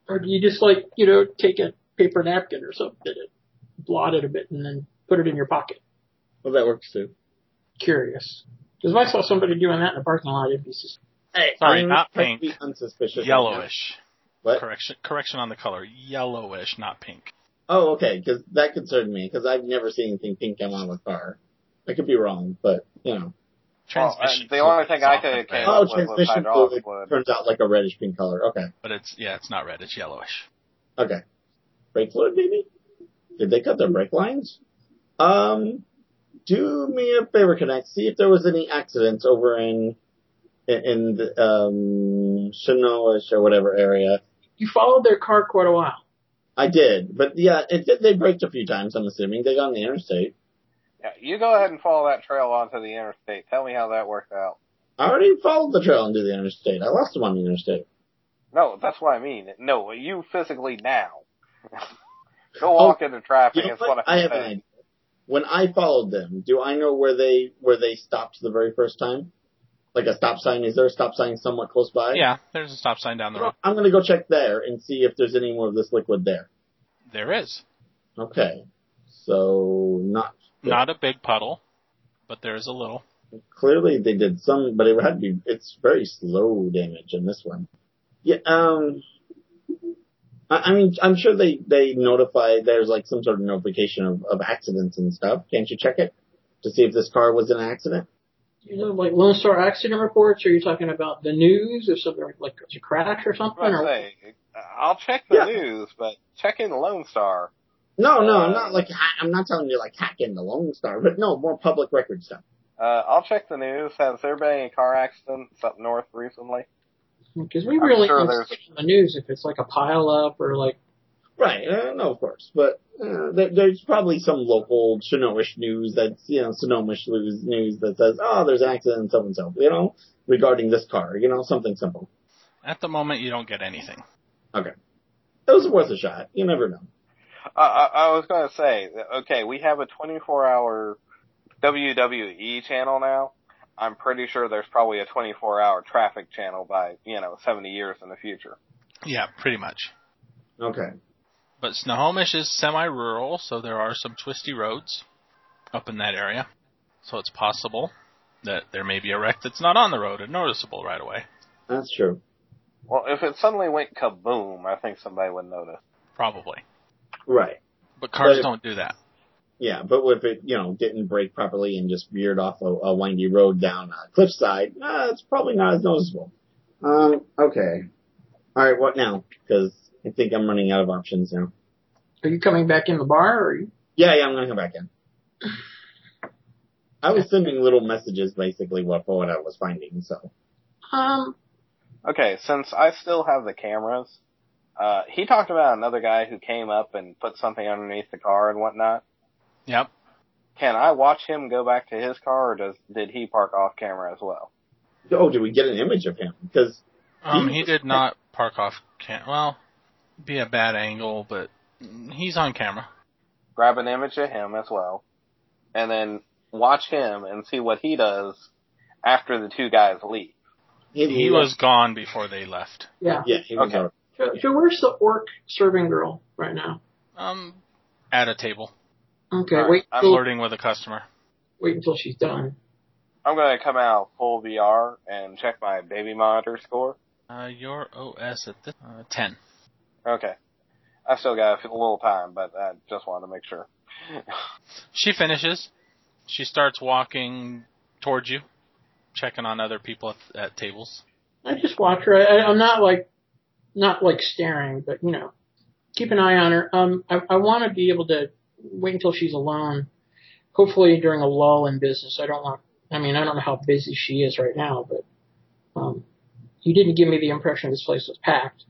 [SPEAKER 2] Or do you just like, you know, take a paper napkin or something and blot it a bit and then put it in your pocket?
[SPEAKER 4] Well, that works too.
[SPEAKER 2] Curious. Because if I saw somebody doing that in a parking lot, it'd be sus-
[SPEAKER 4] Hey,
[SPEAKER 1] Sorry,
[SPEAKER 4] I'm
[SPEAKER 1] not
[SPEAKER 4] trying
[SPEAKER 1] pink.
[SPEAKER 4] to be Unsuspicious. right now.
[SPEAKER 1] Yellowish.
[SPEAKER 4] What?
[SPEAKER 1] Correction. Correction on the color. Yellowish, not pink.
[SPEAKER 4] Oh, okay, because that concerned me because I've never seen anything pink come out of a car. I could be wrong, but you know,
[SPEAKER 3] Well, uh,
[SPEAKER 1] Transmission.
[SPEAKER 3] the only thing I
[SPEAKER 1] fluid
[SPEAKER 3] could
[SPEAKER 1] is not red,
[SPEAKER 3] came
[SPEAKER 4] oh,
[SPEAKER 3] up with was
[SPEAKER 4] transmission
[SPEAKER 3] hydraulic
[SPEAKER 4] fluid
[SPEAKER 3] fluid.
[SPEAKER 4] turns out like a reddish pink color. Okay,
[SPEAKER 1] but it's yeah, it's not red. It's yellowish.
[SPEAKER 4] okay, brake fluid maybe. Did they cut their brake lines? Um, do me a favor, connect. See if there was any accidents over in in, in the, um Chinoish or whatever area.
[SPEAKER 2] You followed their car quite a while.
[SPEAKER 4] I did, but yeah, it did. They braked a few times. I'm assuming they got on the interstate.
[SPEAKER 3] Yeah, you go ahead and follow that trail onto the interstate. Tell me how that worked out.
[SPEAKER 4] I already followed the trail into the interstate. I lost them on the interstate.
[SPEAKER 3] No, that's what I mean. No, you physically now. go
[SPEAKER 4] Oh,
[SPEAKER 3] walk into traffic.
[SPEAKER 4] You know
[SPEAKER 3] is
[SPEAKER 4] what?
[SPEAKER 3] what
[SPEAKER 4] I
[SPEAKER 3] I'm
[SPEAKER 4] have an
[SPEAKER 3] saying.
[SPEAKER 4] idea. When I followed them, do I know where they where they stopped the very first time? Like a stop sign? Is there a stop sign somewhat close by?
[SPEAKER 1] Yeah, there's a stop sign down the road.
[SPEAKER 4] Well, I'm gonna go check there and see if there's any more of this liquid there.
[SPEAKER 1] There is
[SPEAKER 4] Okay. So not
[SPEAKER 1] not a big puddle, but there is a little.
[SPEAKER 4] clearly they did some, but it had to be. It's very slow damage in this one. Yeah. Um. I, I mean, I'm sure they they notify. There's like some sort of notification of, of accidents and stuff. Can't you check it to see if this car was in an accident?
[SPEAKER 2] You know, like Lone Star accident reports, or you're talking about the news or something like, like it's a crash or something?
[SPEAKER 3] I'm
[SPEAKER 2] Or,
[SPEAKER 3] saying. I'll check the
[SPEAKER 4] Yeah.
[SPEAKER 3] news, but check in Lone Star.
[SPEAKER 4] No, no, I'm not like ha- I'm not telling you like hack in the Lone Star, but no, more public record stuff.
[SPEAKER 3] Uh, I'll check the news. Has there been any car accidents up north recently?
[SPEAKER 2] Because we
[SPEAKER 3] I'm
[SPEAKER 2] really
[SPEAKER 3] sure
[SPEAKER 2] don't
[SPEAKER 3] there's-
[SPEAKER 2] see on the news if it's like a pile up or like
[SPEAKER 4] Right, uh, no, of course, but uh, there, there's probably some local Sonomish news that's you know Sonomish news news that says oh there's an accident so and so you know regarding this car you know something simple.
[SPEAKER 1] At the moment, you don't get anything.
[SPEAKER 4] It was worth a shot. You never know.
[SPEAKER 3] I, I, I was going to say, okay, we have a 24-hour WWE E channel now. I'm pretty sure there's probably a 24-hour traffic channel by, you know, 70 years in the future.
[SPEAKER 1] Yeah, pretty much.
[SPEAKER 4] Okay,
[SPEAKER 1] But Snohomish is semi-rural, so there are some twisty roads up in that area. So it's possible that there may be a wreck that's not on the road and noticeable right away.
[SPEAKER 4] that's true.
[SPEAKER 3] Well, if it suddenly went kaboom, I think somebody would notice.
[SPEAKER 1] Probably.
[SPEAKER 4] Right.
[SPEAKER 1] But cars
[SPEAKER 4] But if-
[SPEAKER 1] don't do that.
[SPEAKER 4] Yeah, but if it you know didn't brake properly and just veered off a, a windy road down a cliffside, uh, it's probably not as noticeable. Um, okay. All right, what now? Because I think I'm running out of options now.
[SPEAKER 2] Are you coming back in the bar? Or are you,
[SPEAKER 4] Yeah, yeah, I'm gonna come back in. I was sending little messages basically what for what I was finding. So
[SPEAKER 2] um,
[SPEAKER 3] Okay, since I still have the cameras, uh, he talked about another guy who came up and put something underneath the car and whatnot.
[SPEAKER 1] Yep.
[SPEAKER 3] Can I watch him go back to his car, or does did he park off camera as well?
[SPEAKER 4] oh, did we get an image of him? Because
[SPEAKER 1] Um, he did not park off cam. Well, be a bad angle, but he's on camera.
[SPEAKER 3] Grab an image of him as well. and then watch him and see what he does after the two guys leave.
[SPEAKER 1] He was gone before they left.
[SPEAKER 2] Yeah.
[SPEAKER 4] Yeah, he was
[SPEAKER 3] Okay.
[SPEAKER 4] out.
[SPEAKER 2] So, so where's the orc serving girl right now?
[SPEAKER 1] Um, at a table.
[SPEAKER 2] Okay,
[SPEAKER 3] All right,
[SPEAKER 2] wait
[SPEAKER 3] I'm
[SPEAKER 2] until,
[SPEAKER 1] flirting with a customer.
[SPEAKER 2] wait until she's done.
[SPEAKER 3] I'm gonna come out full VR and check my baby monitor score.
[SPEAKER 1] Uh, your OS at this uh, ten.
[SPEAKER 3] Okay. I still got a little time, but I just wanted to make sure.
[SPEAKER 1] She finishes. She starts walking towards you, checking on other people at, at tables.
[SPEAKER 2] I just watch her. I, I'm not like, not like staring, but you know, keep an eye on her. Um, I, I want to be able to wait until she's alone. Hopefully during a lull in business. I don't want. I mean, I don't know how busy she is right now, but um, you didn't give me the impression this place was packed.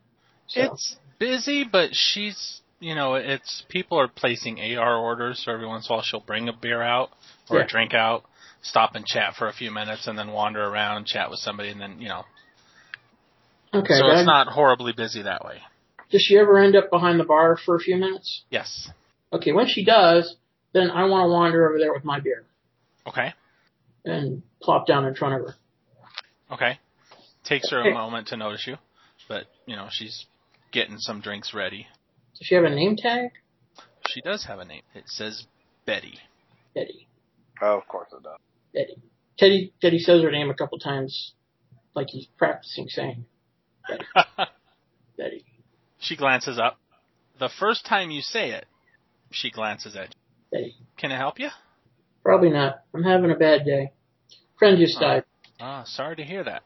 [SPEAKER 2] So
[SPEAKER 1] It's busy, but she's you know it's people are placing AR orders, so every once in a while she'll bring a beer out or
[SPEAKER 2] Yeah.
[SPEAKER 1] a drink out, stop and chat for a few minutes, and then wander around, chat with somebody, and then you know.
[SPEAKER 2] okay.
[SPEAKER 1] so
[SPEAKER 2] but I-
[SPEAKER 1] it's not horribly busy that way.
[SPEAKER 2] Does she ever end up behind the bar for a few minutes?
[SPEAKER 1] Yes.
[SPEAKER 2] Okay, when she does, then I want to wander over there with my beer
[SPEAKER 1] Okay.
[SPEAKER 2] and plop down in front of her.
[SPEAKER 1] Okay. Takes her
[SPEAKER 2] Okay.
[SPEAKER 1] a moment to notice you, but you know she's getting some drinks ready.
[SPEAKER 2] Does she have a name tag?
[SPEAKER 1] She does have a name. It says Betty.
[SPEAKER 2] Betty.
[SPEAKER 3] Oh, of course it does.
[SPEAKER 2] Betty. Teddy Teddy says her name a couple times, like he's practicing saying Betty.
[SPEAKER 1] she glances up. The first time you say it, she glances at you.
[SPEAKER 2] Betty.
[SPEAKER 1] Can I help you?
[SPEAKER 2] Probably not. I'm having a bad day. Friend just
[SPEAKER 1] Oh.
[SPEAKER 2] died.
[SPEAKER 1] Ah, sorry to hear that.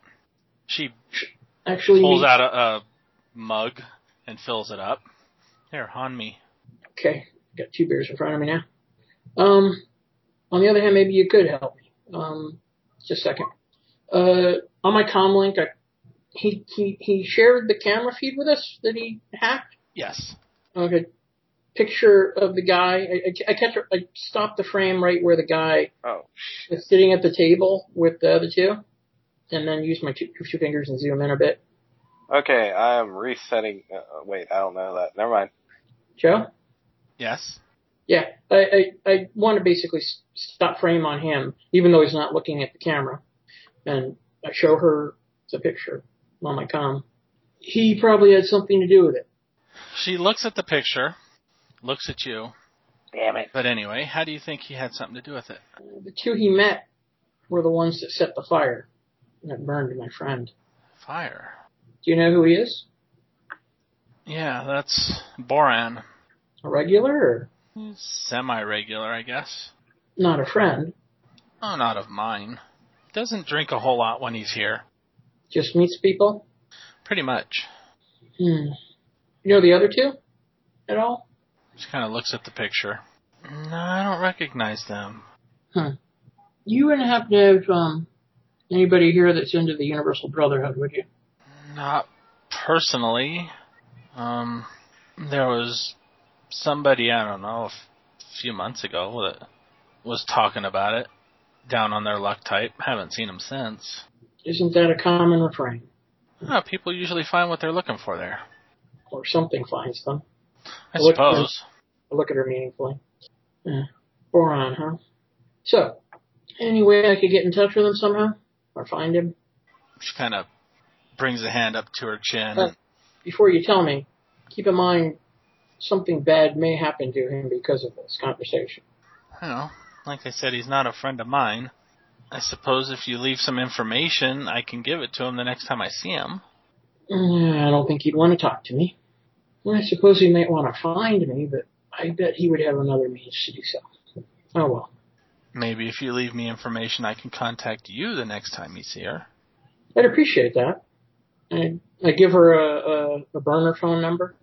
[SPEAKER 1] She
[SPEAKER 2] Actually,
[SPEAKER 1] pulls
[SPEAKER 2] me-
[SPEAKER 1] out a, a mug and fills it up. There, on me.
[SPEAKER 2] okay, got two beers in front of me now. Um, on the other hand, maybe you could help me. Um, just a second. Uh, on my comm link, I, he he he shared the camera feed with us that he hacked.
[SPEAKER 1] Yes.
[SPEAKER 2] Okay, picture of the guy. I, I, I catch. I stop the frame right where the guy
[SPEAKER 3] Oh,
[SPEAKER 2] is sitting at the table with the other two, and then use my two, two fingers and zoom in a bit.
[SPEAKER 3] okay. I am resetting. Uh, wait, I don't know that. Never mind.
[SPEAKER 2] Joe.
[SPEAKER 1] Yes.
[SPEAKER 2] Yeah, I I, I want to basically s- stop frame on him, even though he's not looking at the camera, and I show her the picture on my com. He probably had something to do with it.
[SPEAKER 1] She looks at the picture, looks at you.
[SPEAKER 3] Damn it.
[SPEAKER 1] But anyway, how do you think he had something to do with it?
[SPEAKER 2] The two he met were the ones that set the fire that burned my friend.
[SPEAKER 1] Fire.
[SPEAKER 2] Do you know who he is?
[SPEAKER 1] Yeah, that's Boran.
[SPEAKER 2] A regular or
[SPEAKER 1] Semi regular, I guess.
[SPEAKER 2] not a friend?
[SPEAKER 1] Oh, not of mine. Doesn't drink a whole lot when he's here.
[SPEAKER 2] Just meets people?
[SPEAKER 1] Pretty much.
[SPEAKER 2] Hmm. You know the other two at all?
[SPEAKER 1] She kind of looks at the picture. No, I don't recognize them.
[SPEAKER 2] You wouldn't happen to have um, anybody here that's into the Universal Brotherhood, would you?
[SPEAKER 1] Not personally. Um, there was somebody I don't know a f- few months ago that was talking about it down on their luck type. Haven't seen him since.
[SPEAKER 2] Isn't that a common refrain?
[SPEAKER 1] No, people usually find what they're looking for there.
[SPEAKER 2] Or something finds them.
[SPEAKER 1] I
[SPEAKER 2] Look for-
[SPEAKER 1] suppose.
[SPEAKER 2] I look at her meaningfully. Yeah. Boron, huh? So, any way I could get in touch with him somehow? Or find him?
[SPEAKER 1] She kind of brings a hand up to her chin.
[SPEAKER 2] Uh. Before you tell me, keep in mind something bad may happen to him because of this conversation.
[SPEAKER 1] I don't know. Like I said, he's not a friend of mine. I suppose if you leave some information, I can give it to him the next time I see him.
[SPEAKER 2] Mm, I don't think he'd want to talk to me. Well, I suppose he might want to find me, but I bet he would have another means to do so. Oh well.
[SPEAKER 1] Maybe if you leave me information, I can contact you the next time you see her.
[SPEAKER 2] I'd appreciate that. I, I give her a, a, a burner phone number.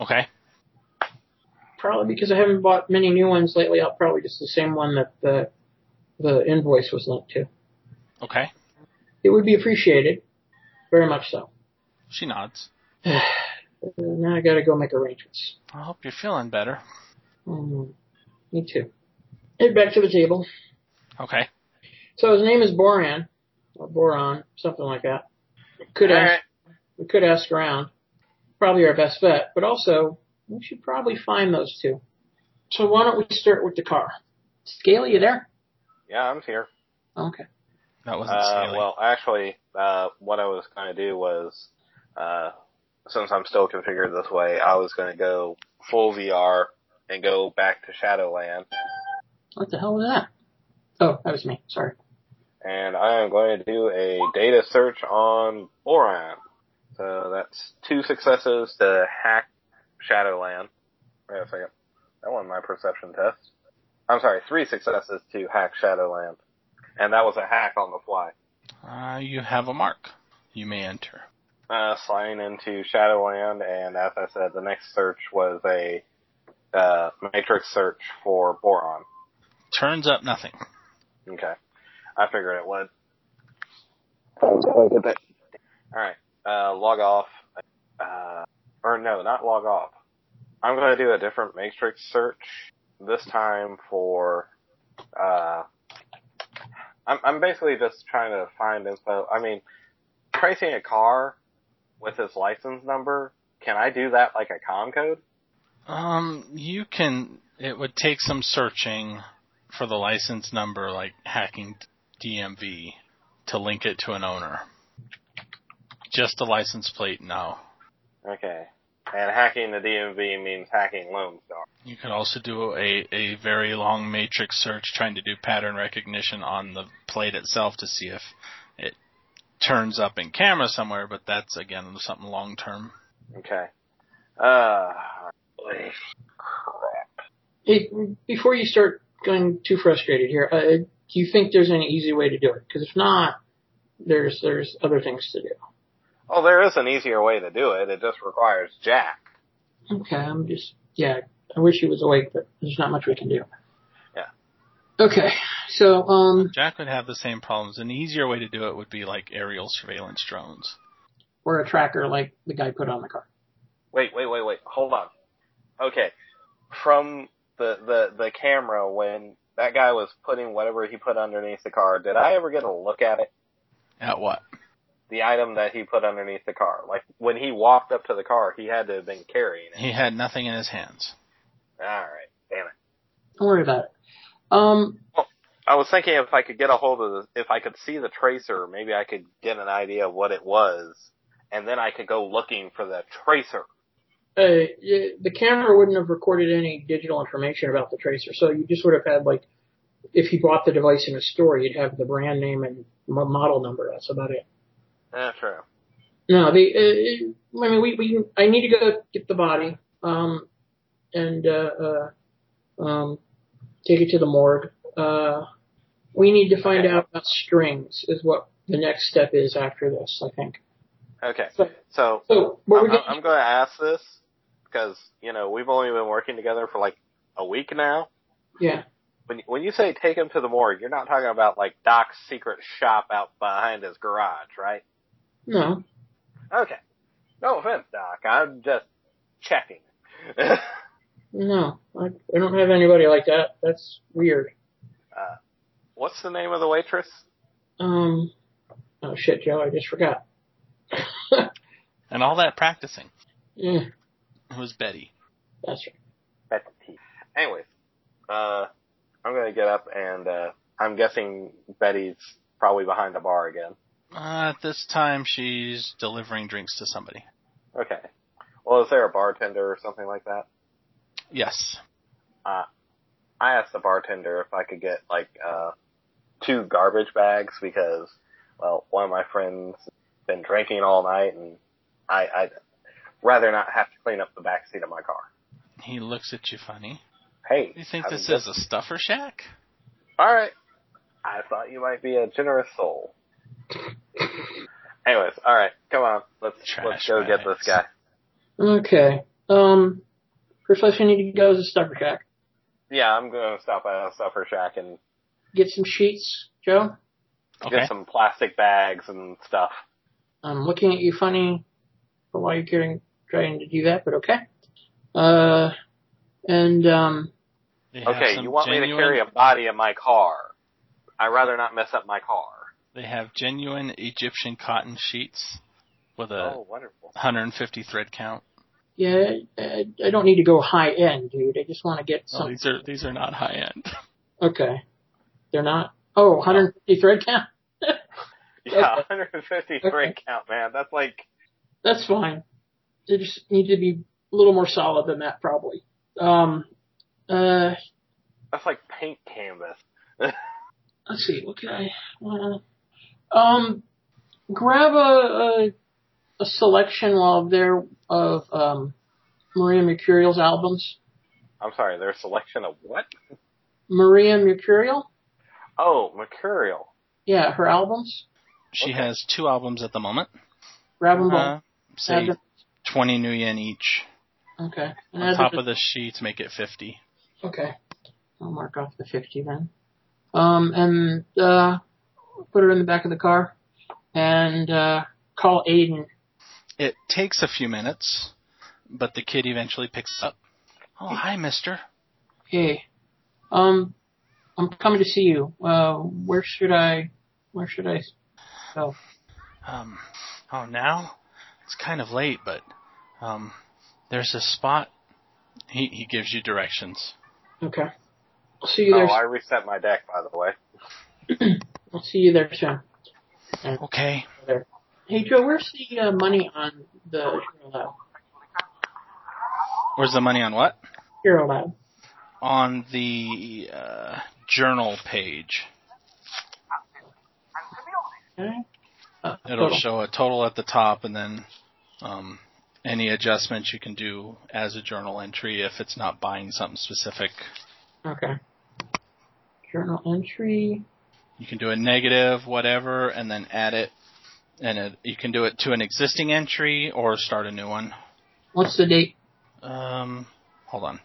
[SPEAKER 1] Okay.
[SPEAKER 2] Probably because I haven't bought many new ones lately. I'll probably just the same one that the the invoice was linked to.
[SPEAKER 1] Okay.
[SPEAKER 2] It would be appreciated, very much so.
[SPEAKER 1] She nods.
[SPEAKER 2] Uh, now I got to go make arrangements.
[SPEAKER 1] I hope you're feeling better.
[SPEAKER 2] Mm, me too. Head back to the table.
[SPEAKER 1] Okay.
[SPEAKER 2] So his name is Boran, or Boron, something like that. Could
[SPEAKER 3] All
[SPEAKER 2] ask,
[SPEAKER 3] right.
[SPEAKER 2] we could ask around. Probably our best bet, but also we should probably find those two. So why don't we start with the car? Scaly, you there?
[SPEAKER 3] Yeah, I'm here.
[SPEAKER 2] Okay.
[SPEAKER 1] That wasn't
[SPEAKER 3] Uh,
[SPEAKER 1] scaly.
[SPEAKER 3] well, actually, uh, what I was going to do was, uh, since I'm still configured this way, I was going to go full VR and go back to Shadowland,
[SPEAKER 2] What the hell was that? Oh, that was me. Sorry.
[SPEAKER 3] and I am going to do a data search on Boron. So that's two successes to hack Shadowland. Wait a second. That wasn't my perception test. I'm sorry, three successes to hack Shadowland. And that was a hack on the fly.
[SPEAKER 1] Uh, you have a mark. You may enter.
[SPEAKER 3] uh, sliding into Shadowland, and as I said, the next search was a uh, matrix search for boron.
[SPEAKER 1] Turns up nothing.
[SPEAKER 3] Okay, I figured it would. All right, uh, log off. Uh, or no, not log off. I'm going to do a different matrix search this time for. Uh, I'm, I'm basically just trying to find info. I mean, tracing a car with his license number. Can I do that like a com code?
[SPEAKER 1] Um, you can. It would take some searching for the license number, like hacking DMV, to link it to an owner. Just the license plate, no.
[SPEAKER 3] Okay. And hacking the DMV means hacking Lone Star.
[SPEAKER 1] You could also do a, a very long matrix search trying to do pattern recognition on the plate itself to see if it turns up in camera somewhere, but that's again something long term.
[SPEAKER 3] Okay. Uh, holy crap.
[SPEAKER 2] Hey, before you start going too frustrated here, uh, do you think there's any easy way to do it? Because if not, there's there's other things to do.
[SPEAKER 3] Oh, there is an easier way to do it. It just requires Jack.
[SPEAKER 2] Okay, I'm just yeah. I wish he was awake, but there's not much we can do.
[SPEAKER 3] Yeah.
[SPEAKER 2] Okay, so um,
[SPEAKER 1] Jack would have the same problems. An easier way to do it would be like aerial surveillance drones.
[SPEAKER 2] or a tracker like the guy put on the car.
[SPEAKER 3] Wait, wait, wait, wait. Hold on. Okay. From the, the, the camera when that guy was putting whatever he put underneath the car, did I ever get a look at it?
[SPEAKER 1] At what?
[SPEAKER 3] The item that he put underneath the car. Like, when he walked up to the car, he had to have been carrying it.
[SPEAKER 1] He had nothing in his hands.
[SPEAKER 3] Alright. Damn it.
[SPEAKER 2] Don't worry about it. Um,
[SPEAKER 3] I was thinking if I could get a hold of the, if I could see the tracer, maybe I could get an idea of what it was, and then I could go looking for the tracer.
[SPEAKER 2] uh, y- the camera wouldn't have recorded any digital information about the tracer, so you just would have had like, if you bought the device in a store, you'd have the brand name and mo- model number. That's about it.
[SPEAKER 3] Yeah, true.
[SPEAKER 2] No, the uh, I mean we we can- I need to go get the body um and uh, uh um take it to the morgue. Uh we need to find out about strings is what the next step is after this, I think.
[SPEAKER 3] Okay,
[SPEAKER 2] So
[SPEAKER 3] so
[SPEAKER 2] so what
[SPEAKER 3] I'm,
[SPEAKER 2] we're getting,
[SPEAKER 3] I'm going to ask this because you know we've only been working together for like a week now.
[SPEAKER 2] yeah.
[SPEAKER 3] When when you say take him to the morgue, you're not talking about like Doc's secret shop out behind his garage, right?
[SPEAKER 2] No.
[SPEAKER 3] Okay. No offense, Doc. I'm just checking.
[SPEAKER 2] No. I, I don't have anybody like that. That's weird.
[SPEAKER 3] What's the name of the waitress?
[SPEAKER 2] Um oh shit, Joe, I just forgot.
[SPEAKER 1] And all that practicing
[SPEAKER 2] yeah,
[SPEAKER 1] was Betty.
[SPEAKER 2] that's right.
[SPEAKER 3] That's tea. Anyways, uh, I'm gonna get up and, uh, I'm guessing Betty's probably behind the bar again.
[SPEAKER 1] Uh, at this time, she's delivering drinks to somebody.
[SPEAKER 3] Okay. Well, is there a bartender or something like that?
[SPEAKER 1] Yes.
[SPEAKER 3] I asked the bartender if I could get, like, uh, two garbage bags because, well, one of my friends has been drinking all night and I, I'd rather not have to clean up the back seat of my car.
[SPEAKER 1] He looks at you funny.
[SPEAKER 3] Hey.
[SPEAKER 1] You think
[SPEAKER 3] I'm
[SPEAKER 1] this
[SPEAKER 3] just-
[SPEAKER 1] is a stuffer shack?
[SPEAKER 3] Alright. I thought you might be a generous soul. Anyways, alright, come on. Let's let's
[SPEAKER 1] Trash
[SPEAKER 3] go get
[SPEAKER 1] bags.
[SPEAKER 3] this guy.
[SPEAKER 2] Okay. Um first place we need to go is a stuffer shack.
[SPEAKER 3] Yeah, I'm gonna stop at a suffer shack and
[SPEAKER 2] Get some sheets, Joe.
[SPEAKER 1] Okay.
[SPEAKER 3] get some plastic bags and stuff.
[SPEAKER 2] I'm looking at you funny for why you're getting, trying to do that, but okay. Uh, and, um,
[SPEAKER 1] They have
[SPEAKER 3] Okay,
[SPEAKER 1] some
[SPEAKER 3] you want me to
[SPEAKER 1] genuine-
[SPEAKER 3] carry a body in my car. I'd rather not mess up my car.
[SPEAKER 1] They have genuine Egyptian cotton sheets with a
[SPEAKER 3] oh, wonderful.
[SPEAKER 1] 150 thread count.
[SPEAKER 2] yeah, I, I don't need to go high end, dude. I just want to get
[SPEAKER 1] Oh,
[SPEAKER 2] some.
[SPEAKER 1] these are these are not high end.
[SPEAKER 2] Okay. They're not. Oh, 150 thread count.
[SPEAKER 3] Yeah,
[SPEAKER 2] Okay.
[SPEAKER 3] 153
[SPEAKER 2] Okay.
[SPEAKER 3] count, man. That's like
[SPEAKER 2] That's fine. They just need to be a little more solid than that, probably. Um, uh,
[SPEAKER 3] that's like paint canvas.
[SPEAKER 2] let's see. What can I? Uh, um, grab a, a a selection while there of um, Maria Mercurial's albums.
[SPEAKER 3] I'm sorry, their selection of what?
[SPEAKER 2] Maria Mercurial.
[SPEAKER 3] Oh, Mercurial.
[SPEAKER 2] Yeah, her albums.
[SPEAKER 1] She
[SPEAKER 3] Okay.
[SPEAKER 1] has two albums at the moment.
[SPEAKER 2] Grab them
[SPEAKER 1] Uh,
[SPEAKER 2] both.
[SPEAKER 1] say
[SPEAKER 2] Add
[SPEAKER 1] 20 new yen each.
[SPEAKER 2] them- Okay. And
[SPEAKER 1] On
[SPEAKER 2] add
[SPEAKER 1] top
[SPEAKER 2] them
[SPEAKER 1] of the sheets, make it 50.
[SPEAKER 2] to- okay. I'll mark off the 50 then. Um, and, uh, put her in the back of the car and, uh, call Aiden.
[SPEAKER 1] It takes a few minutes, but the kid eventually picks up. Oh, hi, mister.
[SPEAKER 2] Hey, um, I'm coming to see you. Uh, where should I, where should I go?
[SPEAKER 1] Um, oh, now? It's kind of late, but, um, there's a spot. He, he gives you directions.
[SPEAKER 2] Okay. I'll see you
[SPEAKER 3] Oh,
[SPEAKER 2] there.
[SPEAKER 3] I reset my deck, by the way.
[SPEAKER 2] I'll see you there soon.
[SPEAKER 1] Okay.
[SPEAKER 2] Hey, Joe, where's the uh, money on the Hero Lab?
[SPEAKER 1] Where's the money on what?
[SPEAKER 2] Hero Lab.
[SPEAKER 1] On the, uh, journal page.
[SPEAKER 2] Okay. Uh,
[SPEAKER 1] It'll
[SPEAKER 2] total.
[SPEAKER 1] show a total at the top and then, um, any adjustments you can do as a journal entry if it's not buying something specific.
[SPEAKER 2] Okay. Journal entry.
[SPEAKER 1] You can do a negative, whatever, and then add it. And it, you can do it to an existing entry or start a new one.
[SPEAKER 2] What's the date?
[SPEAKER 1] Um, hold on.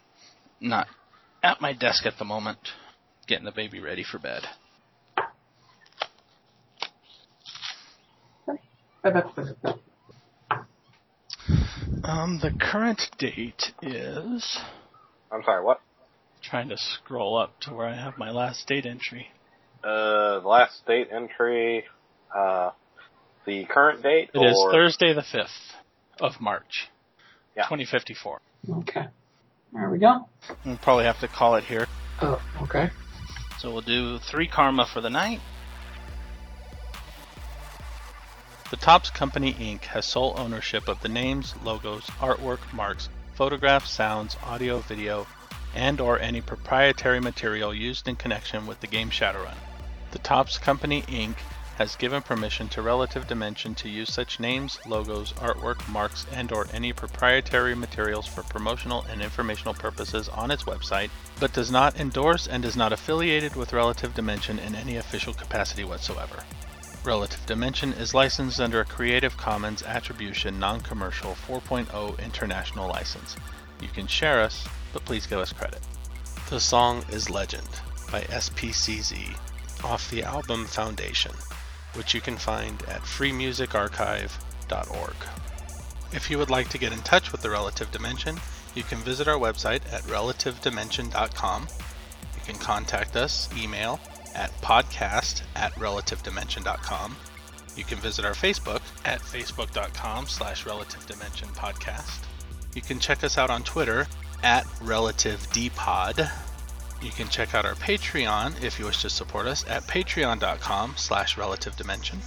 [SPEAKER 1] Not at my desk at the moment. Getting the baby ready for bed. Um, the current date is.
[SPEAKER 3] I'm sorry, what?
[SPEAKER 1] Trying to scroll up to where I have my last date entry.
[SPEAKER 3] Uh, the last date entry, uh, the current date?
[SPEAKER 1] It
[SPEAKER 3] or,
[SPEAKER 1] is Thursday the 5th of March,
[SPEAKER 3] Yeah.
[SPEAKER 1] 2054.
[SPEAKER 2] Okay. There we go.
[SPEAKER 1] We'll probably have to call it here.
[SPEAKER 2] Oh, okay.
[SPEAKER 1] So we'll do three karma for the night. The Tops Company Inc. has sole ownership of the names, logos, artwork, marks, photographs, sounds, audio, video, and or any proprietary material used in connection with the game Shadowrun. The Tops Company Inc. has given permission to Relative Dimension to use such names, logos, artwork, marks, and or any proprietary materials for promotional and informational purposes on its website, but does not endorse and is not affiliated with Relative Dimension in any official capacity whatsoever. Relative Dimension is licensed under a Creative Commons Attribution Non-Commercial 4.0 International License. You can share us, but please give us credit. The song is Legend by SPCZ off the album Foundation, which you can find at freemusicarchive.org. If you would like to get in touch with the Relative Dimension, you can visit our website at relativedimension.com. You can contact us, email at podcast at relativedimension.com. You can visit our Facebook at facebook.com slash relative dimension podcast. You can check us out on Twitter at relative dpod. You can check out our Patreon if you wish to support us at patreon.com slash relative dimension.